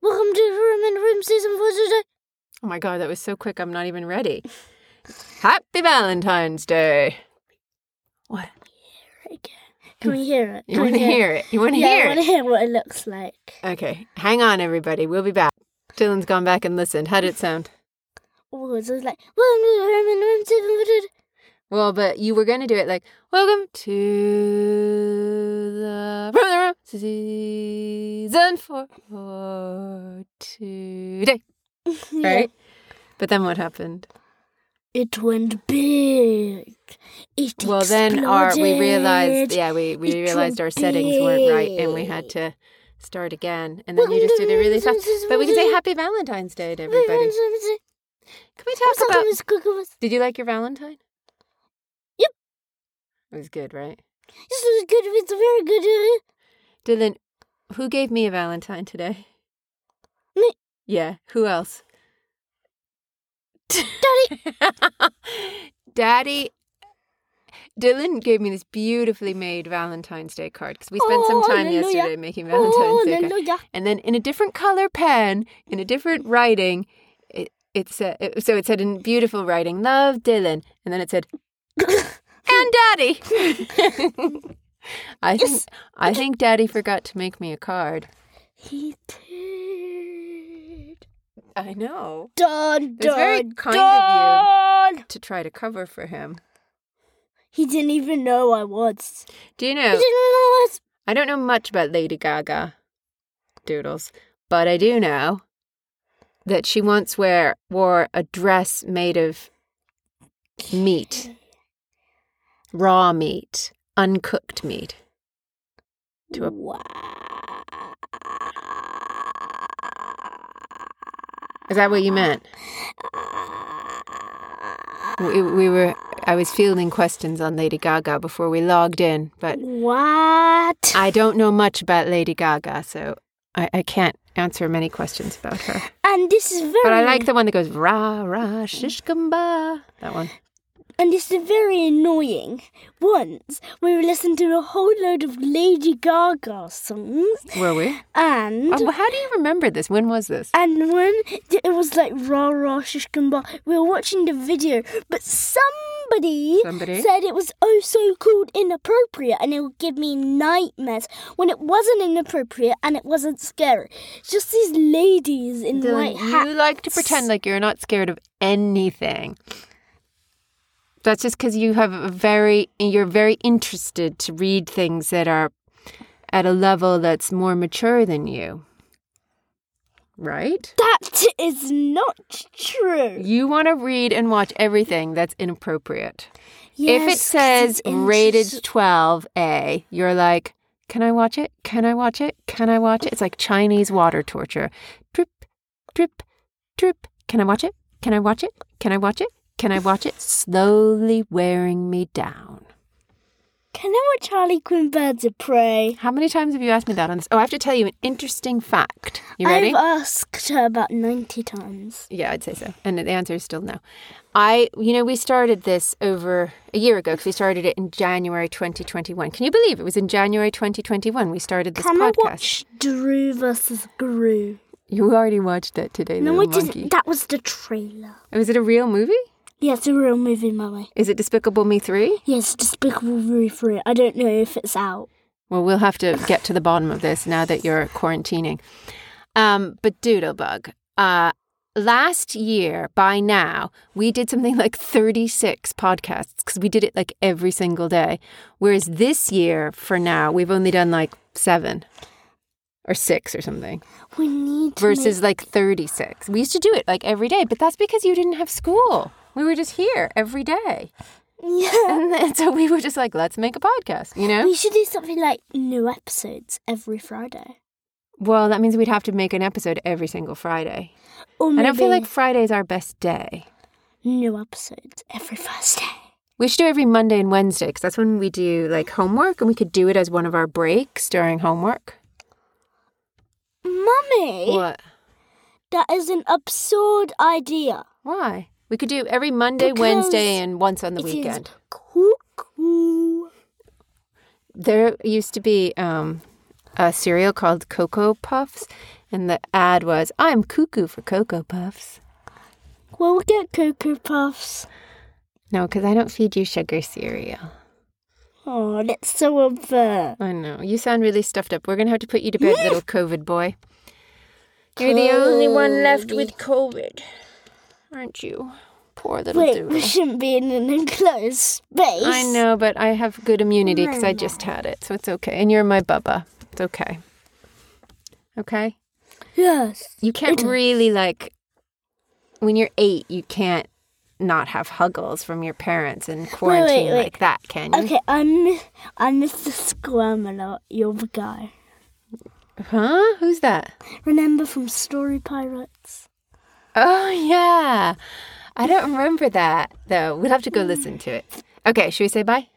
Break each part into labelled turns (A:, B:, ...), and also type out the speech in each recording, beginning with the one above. A: Welcome to Room and Room Season 4 today.
B: Oh my god, that was so quick. I'm not even ready. Happy Valentine's Day. What?
A: Can we hear it?
B: You
A: Can we
B: want to hear it? You want to
A: yeah, I
B: hear
A: want
B: it?
A: to hear what it looks like.
B: Okay, hang on, everybody. We'll be back. Dylan's gone back and listened. How did it sound?
A: Oh, it's just like, Welcome to Room and Room Season 4 today.
B: Well, but you were going to do it like, Welcome to the Room the Room Season 4 for today.
A: Yeah.
B: Right? But then what happened?
A: It went big. It
B: Well, then our we realized,
A: exploded.
B: yeah, we, we
A: It's
B: realized our settings weren't right, and we had
A: big.
B: to start again. And then you just did it really fast. But we can say Happy Valentine's Day to everybody. Can we talk about?
A: Sometimes cook was
B: Did you like your Valentine?
A: Yep.
B: It was good, right?
A: this was good. It's very good. uh,
B: Dylan, who gave me a Valentine today?
A: Me.
B: Yeah. Who else?
A: Daddy,
B: Daddy. Dylan gave me this beautifully made Valentine's Day card because we spent some
A: Oh,
B: time
A: hallelujah.
B: yesterday making Valentine's
A: oh,
B: Day cards.
A: hallelujah.
B: and then in a different color pen, in a different writing, it, it said it, so it said in beautiful writing, "Love Dylan," and then it said, "And Daddy." I think I think Daddy forgot to make me a card.
A: He did.
B: I know
A: Dun,
B: It was very
A: dun,
B: kind of
A: dun.
B: to try to cover for him.
A: He didn't even know I was.
B: Do you
A: He
B: know?
A: didn't know I was.
B: I don't know much about Lady Gaga doodles, but I do know that she once wear, wore a dress made of meat, raw meat, uncooked meat. To a-
A: wow.
B: Is that what you meant? We, we were. I was fielding questions on Lady Gaga before we logged in, but
A: What?
B: I don't know much about Lady Gaga, so I, I can't answer many questions about her.
A: And this is very.
B: But I like the one that goes rah rah shishkamba. That one.
A: And it's very annoying. Once we were listening to a whole load of Lady Gaga songs,
B: Were we?
A: Mm-hmm. and
B: Oh, well, how do you remember this? When was this?
A: and when th- it was like rah rah shishkamba, we were watching the video, but somebody,
B: Somebody?
A: said it was oh so called inappropriate, and it would give me nightmares when it wasn't inappropriate and it wasn't scary. It's just these ladies in
B: Dylan,
A: white hats.
B: you like to pretend like you're not scared of anything. That's just because you have a very you're very interested to read things that are at a level that's more mature than you. Right?
A: That is not true.
B: You want to read and watch everything that's inappropriate. if it
A: Yes, 'cause
B: says
A: it's
B: rated
A: interest-
B: 12A, you're like, can I watch it? Can I watch it? Can I watch it? It's like Chinese water torture. Drip, drip, drip. Can I watch it? Can I watch it? Can I watch it? Can I watch it? Slowly wearing me down.
A: Can I watch Harley Quinn Birds of Prey?
B: How many times have you asked me that on this? Oh, I have to tell you an interesting fact. You ready?
A: I've asked her about 90 times.
B: Yeah, I'd say so. And the answer is still no. I, you know, we started this over a year ago because we started it in January 2021. Can you believe it was in January 2021 we started this
A: Can I
B: podcast?
A: watch Drew versus Gru?
B: You already watched that today,
A: No, I
B: little
A: didn't.
B: monkey.
A: That was the trailer.
B: Was it a real movie?
A: Yes, a real movie, Mummy.
B: Is it Despicable Me 3?
A: Yes, Despicable Me 3. I don't know if it's out.
B: Well, we'll have to get to the bottom of this now that you're quarantining. Um, but Doodlebug, uh, last year by now, we did something like 36 podcasts because we did it like every single day. Whereas this year, for now, we've only done like seven or six or something
A: We need to
B: versus like 36. We used to do it like every day, but that's because you didn't have school. We were just here every day.
A: make- Yeah.
B: And then, so we were just like, let's make a podcast, you know?
A: We should do something like new episodes every Friday.
B: Well, that means we'd have to make an episode every single Friday.
A: Or Oh, maybe
B: I don't feel like Friday's our best day.
A: new episodes every Thursday.
B: We should do every Monday and Wednesday because that's when we do like homework and we could do it as one of our breaks during homework.
A: Mummy,
B: What?
A: that is an absurd idea.
B: Why? We could do every Monday,
A: Because
B: Wednesday, and once on the
A: It is
B: weekend.
A: cuckoo.
B: There used to be um, a cereal called Cocoa Puffs, And the ad was, I'm cuckoo for Cocoa Puffs.
A: We'll get Cocoa Puffs.
B: No, because I don't feed you sugar cereal.
A: Oh, that's so unfair.
B: I know. You sound really stuffed up. We're going to have to put you to bed, little COVID boy. You're the only one left with COVID, aren't you? Poor little
A: Wait,
B: dude.
A: we shouldn't be in an enclosed space.
B: I know, but I have good immunity because I just had it, so it's okay. And you're my bubba. It's okay. Okay?
A: Yes.
B: You can't really, like, when you're eight, you can't not have huggles from your parents and quarantine
A: wait.
B: like that, can you?
A: Okay, I miss, I miss the squirm a lot. You're the guy.
B: Huh? Who's that?
A: Remember from Story Pirates?
B: Oh, yeah. I don't remember that, though. We'll have to go listen to it. Okay, should we say bye?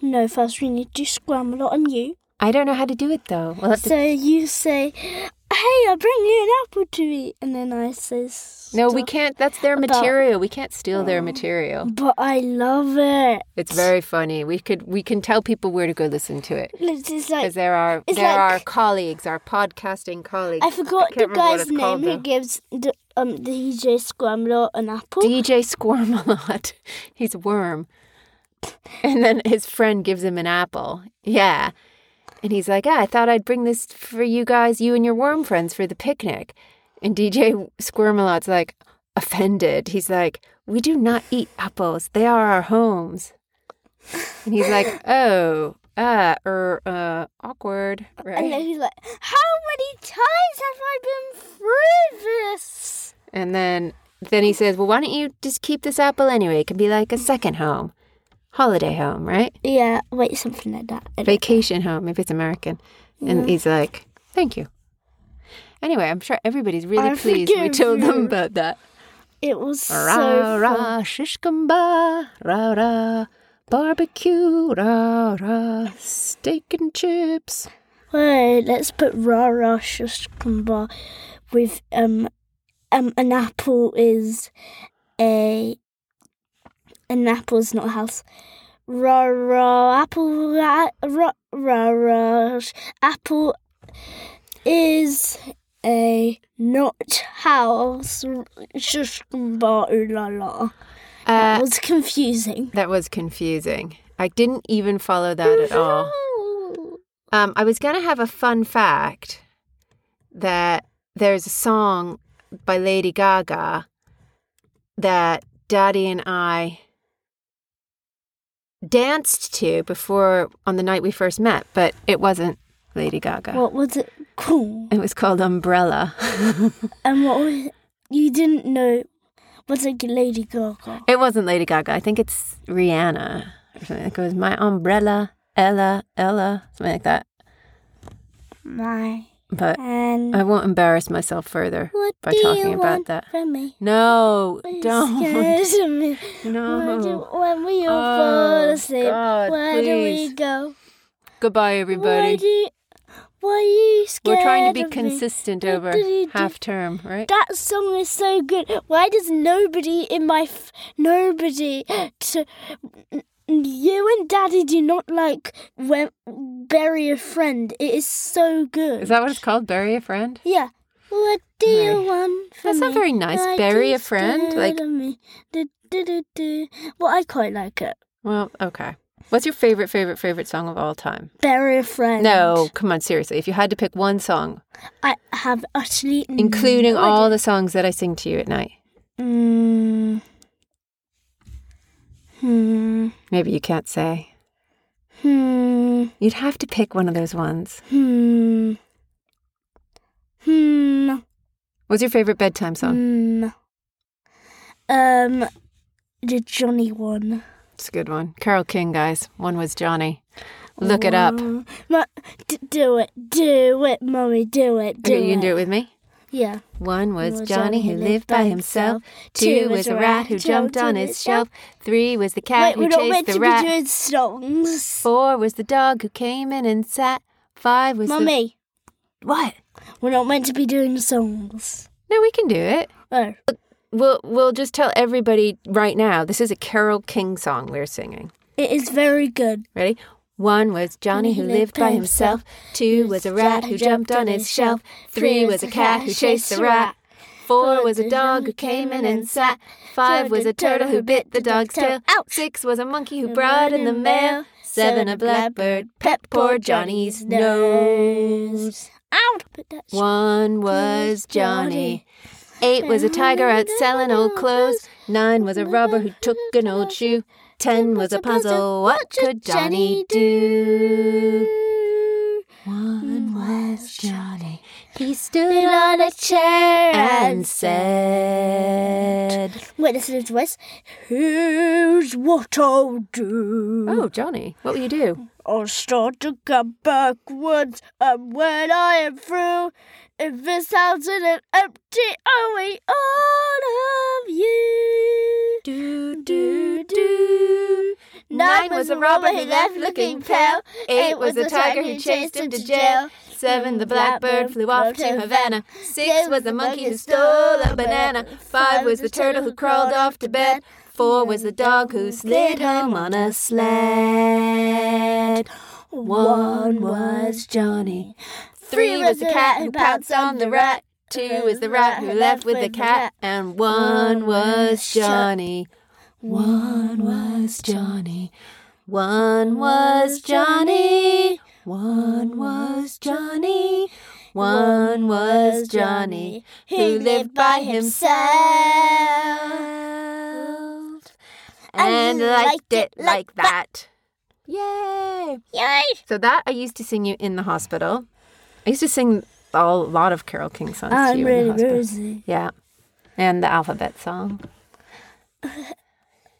A: No, first we need to squirm a lot on you.
B: I don't know how to do it, though. We'll have to.
A: So you say, hey, I bring you an apple to eat. And then I say,
B: No, we can't. That's their
A: about- Oh.
B: material. We can't steal their material.
A: But I love it.
B: It's very funny. We could we can tell people where to go listen to it
A: It's just like,
B: because there are
A: It's
B: there
A: like-
B: are colleagues, our podcasting colleagues.
A: I forgot
B: can't
A: the
B: remember what
A: guy's
B: it's
A: name
B: called,
A: who
B: though.
A: gives the, um, the DJ Squamlot an apple.
B: DJ Squirmalot. He's a worm. And then his friend gives him an apple. Yeah. And he's like, yeah, I thought I'd bring this for you guys, you and your worm friends for the picnic. And DJ Squirmalot's like, offended. He's like, we do not eat apples. They are our homes. And he's like, oh, uh, er, uh, awkward,
A: and then
B: right?
A: he's like, How many times have I been through this?
B: And then, then he says, well, why don't you just keep this apple anyway? It can be like a second home, holiday home, right?
A: Yeah, wait, something like that. I don't-
B: vacation home if it's American. And he's like, thank you. Anyway, I'm sure everybody's really
A: I
B: pleased we
A: forgive
B: told them
A: you.
B: about that.
A: It was
B: Ra
A: so fun.
B: ra shishkamba, ra ra barbecue, ra ra steak and chips.
A: Wait, let's put raw raw shishkamba with um um an apple is a an apple's not a house. Raw raw apple ra- raw raw raw sh- apple is a not house shishkamba ooh la la.
B: Uh,
A: That was confusing.
B: that was confusing. I didn't even follow that at all. Um, I was going to have a fun fact that there's a song by Lady Gaga that Daddy and I danced to before on the night we first met, but it wasn't Lady Gaga.
A: What was it called?
B: it was called Umbrella.
A: And what was you didn't know was it Lady Gaga?
B: it wasn't Lady Gaga. I think it's Rihanna or something. Like it was My Umbrella, Ella, Ella, something like that.
A: My
B: But
A: and
B: I won't embarrass myself further
A: what
B: Um, by
A: do
B: talking
A: you
B: about
A: want
B: that.
A: from me?
B: No,
A: Are you
B: don't.
A: scared of me? Where do-
B: No.
A: when we all
B: Oh,
A: fall asleep,
B: God,
A: where do
B: please,
A: we go?
B: Goodbye,
A: Why
B: everybody.
A: do? You, why are you scared?
B: We're trying to be
A: of me?
B: consistent
A: What
B: over
A: did you do?
B: half term, right?
A: That song is so good. Why does nobody in my f- nobody to you and Daddy do not like when bury a friend? It is so good.
B: Is that what it's called? Bury a friend?
A: Yeah. What do you
B: Right.
A: want? From
B: That's not
A: me?
B: very nice.
A: What
B: Bury
A: you
B: a friend?
A: scared
B: Like-
A: of me? Du- du- du- du. Well, I quite like it.
B: Well, okay. What's your favorite, favorite, favorite song of all time?
A: Bury a friend.
B: No, come on, seriously. If you had to pick one song,
A: I have utterly
B: including
A: Mm, no
B: all
A: idea.
B: the songs that I sing to you at night,
A: Mm. Hmm.
B: maybe you can't say.
A: Hmm.
B: You'd have to pick one of those ones.
A: Hmm. Hmm.
B: What's your favorite bedtime song?
A: Hmm. Um. The Johnny one.
B: It's a good one. Carol King, guys. One was Johnny. Look it up.
A: Wow. Oh, Ma- d- do it, do it, mommy, do it, do
B: Okay, you
A: it.
B: can do it with me.
A: Yeah.
B: One was Johnny who lived by himself. Two was a rat who jumped on his shelf. Three was the
A: Wait,
B: cat
A: we're not
B: who
A: meant
B: chased the
A: to be
B: rat. Oh,
A: doing songs.
B: Four was the dog who came in and sat. Five was the
A: Mummy,
B: what?
A: we're not meant to be doing songs.
B: No, we can do it.
A: Oh,
B: We'll we'll just tell everybody right now. This is a Carol King song we're singing.
A: it is very good.
B: Ready? One was Johnny who lived by himself. Two was a rat who jumped on his shelf. Three was a cat who chased a rat. Four was a dog who came in and sat. Five was a turtle who bit the dog's tail.
A: Ouch!
B: Six was a monkey who brought in the mail. Seven a blackbird pecked poor Johnny's nose.
A: Out! But that's
B: One was Johnny. Eight was a tiger out selling old clothes. Nine was a robber who took an old shoe. Ten was a puzzle. What could Johnny do? One was Johnny. He stood on a chair and said,
A: Wait, this is Wes. Here's what I'll do.
B: Oh, Johnny, what will you do?
A: I'll start to come backwards, and when I am through, if this house isn't empty, I'll eat all of you.
B: Do,
A: do, do.
B: Nine was a robber who left looking pale. Eight was a tiger who chased him to jail. Mm, Seven, the blackbird flew off to Havana. Six was the monkey who stole a banana. Five was the turtle who crawled off to bed. Mm. Four was the dog who slid home on a sled. One was Johnny. Three was the cat who pounced on the rat. Two was the rat who left with the cat. And one was Johnny. One was Johnny. One was Johnny. One was Johnny. One was Johnny who lived by himself and liked it like that. Yay!
A: Yay!
B: So that I used to sing you in the hospital. I used to sing a lot of Carol King songs to
A: Ah, I'm
B: you in
A: really
B: the hospital.
A: busy.
B: Yeah, and the alphabet song.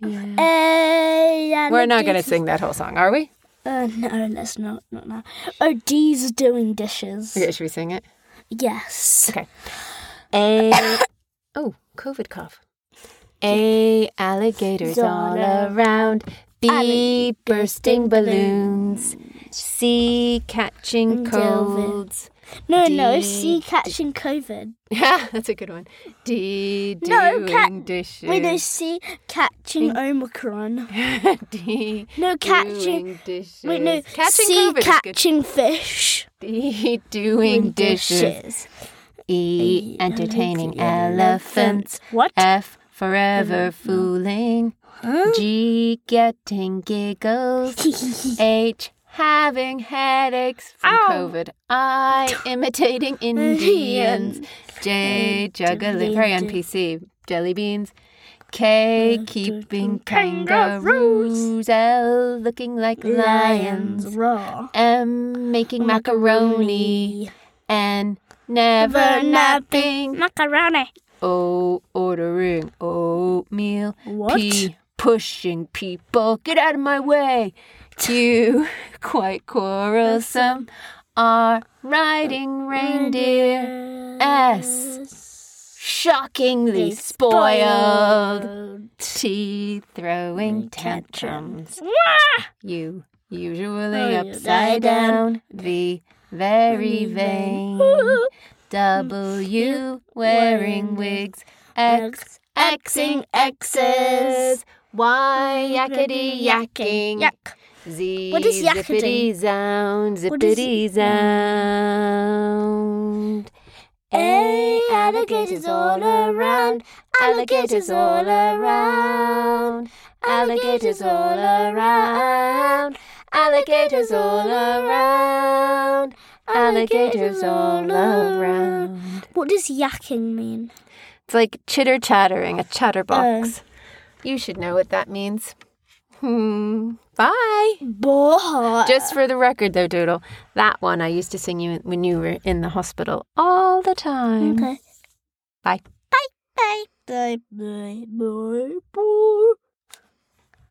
B: Yeah. We're not going to sing that whole song, are we?
A: Uh, no, let's not. Not now. Oh, Dee's doing dishes.
B: Okay, should we sing it?
A: Yes.
B: Okay. A. oh, COVID cough. A. Alligators all around. B. Bursting balloons. C. Catching
A: Delvin.
B: colds.
A: No, no.
B: Dee-
A: See, catching COVID.
B: Yeah, that's a good one. D.
A: No,
B: Doing
A: cat-
B: dishes.
A: Wait, no. See, catching Omicron.
B: D.
A: No, catching.
B: Doing dishes.
A: Wait, no.
B: Catching
A: see,
B: COVID is good.
A: catching fish.
B: D. Doing dishes. E. Entertaining elephants.
A: What?
B: F forever fooling. G getting giggles. H having headaches from
A: Ow.
B: COVID. I imitating Indians. J juggling very
A: Indian.
B: NPC jelly beans. K keeping kangaroos.
A: kangaroos.
B: L looking like lions.
A: raw.
B: M making macaroni. N never
A: Never
B: napping.
A: Macaroni.
B: O ordering oatmeal.
A: What?
B: P pushing people. Get out of my way. Q quite quarrelsome. R riding reindeer. S shockingly spoiled. T throwing tantrums. U usually
A: Oh, yeah.
B: upside down. V very vain. W wearing wigs. X Xing X's. Y Mm-hmm. yakety yakking.
A: Yuck.
B: Z
A: What is
B: zippity sound.
A: What is-
B: Zippity sound. A alligators all around. Alligators all around. Alligators all around. Alligators all around. Alligators all around.
A: What does yakking mean?
B: It's like chitter chattering, a chatterbox.
A: chatterbox.
B: Uh, you should know what that means. Hmm. Bye.
A: Boy.
B: Just for the record, though, Doodle, that one I used to sing you when you were in the hospital all the time.
A: Okay.
B: Bye.
A: Bye. Bye. Bye. Bye. Bye.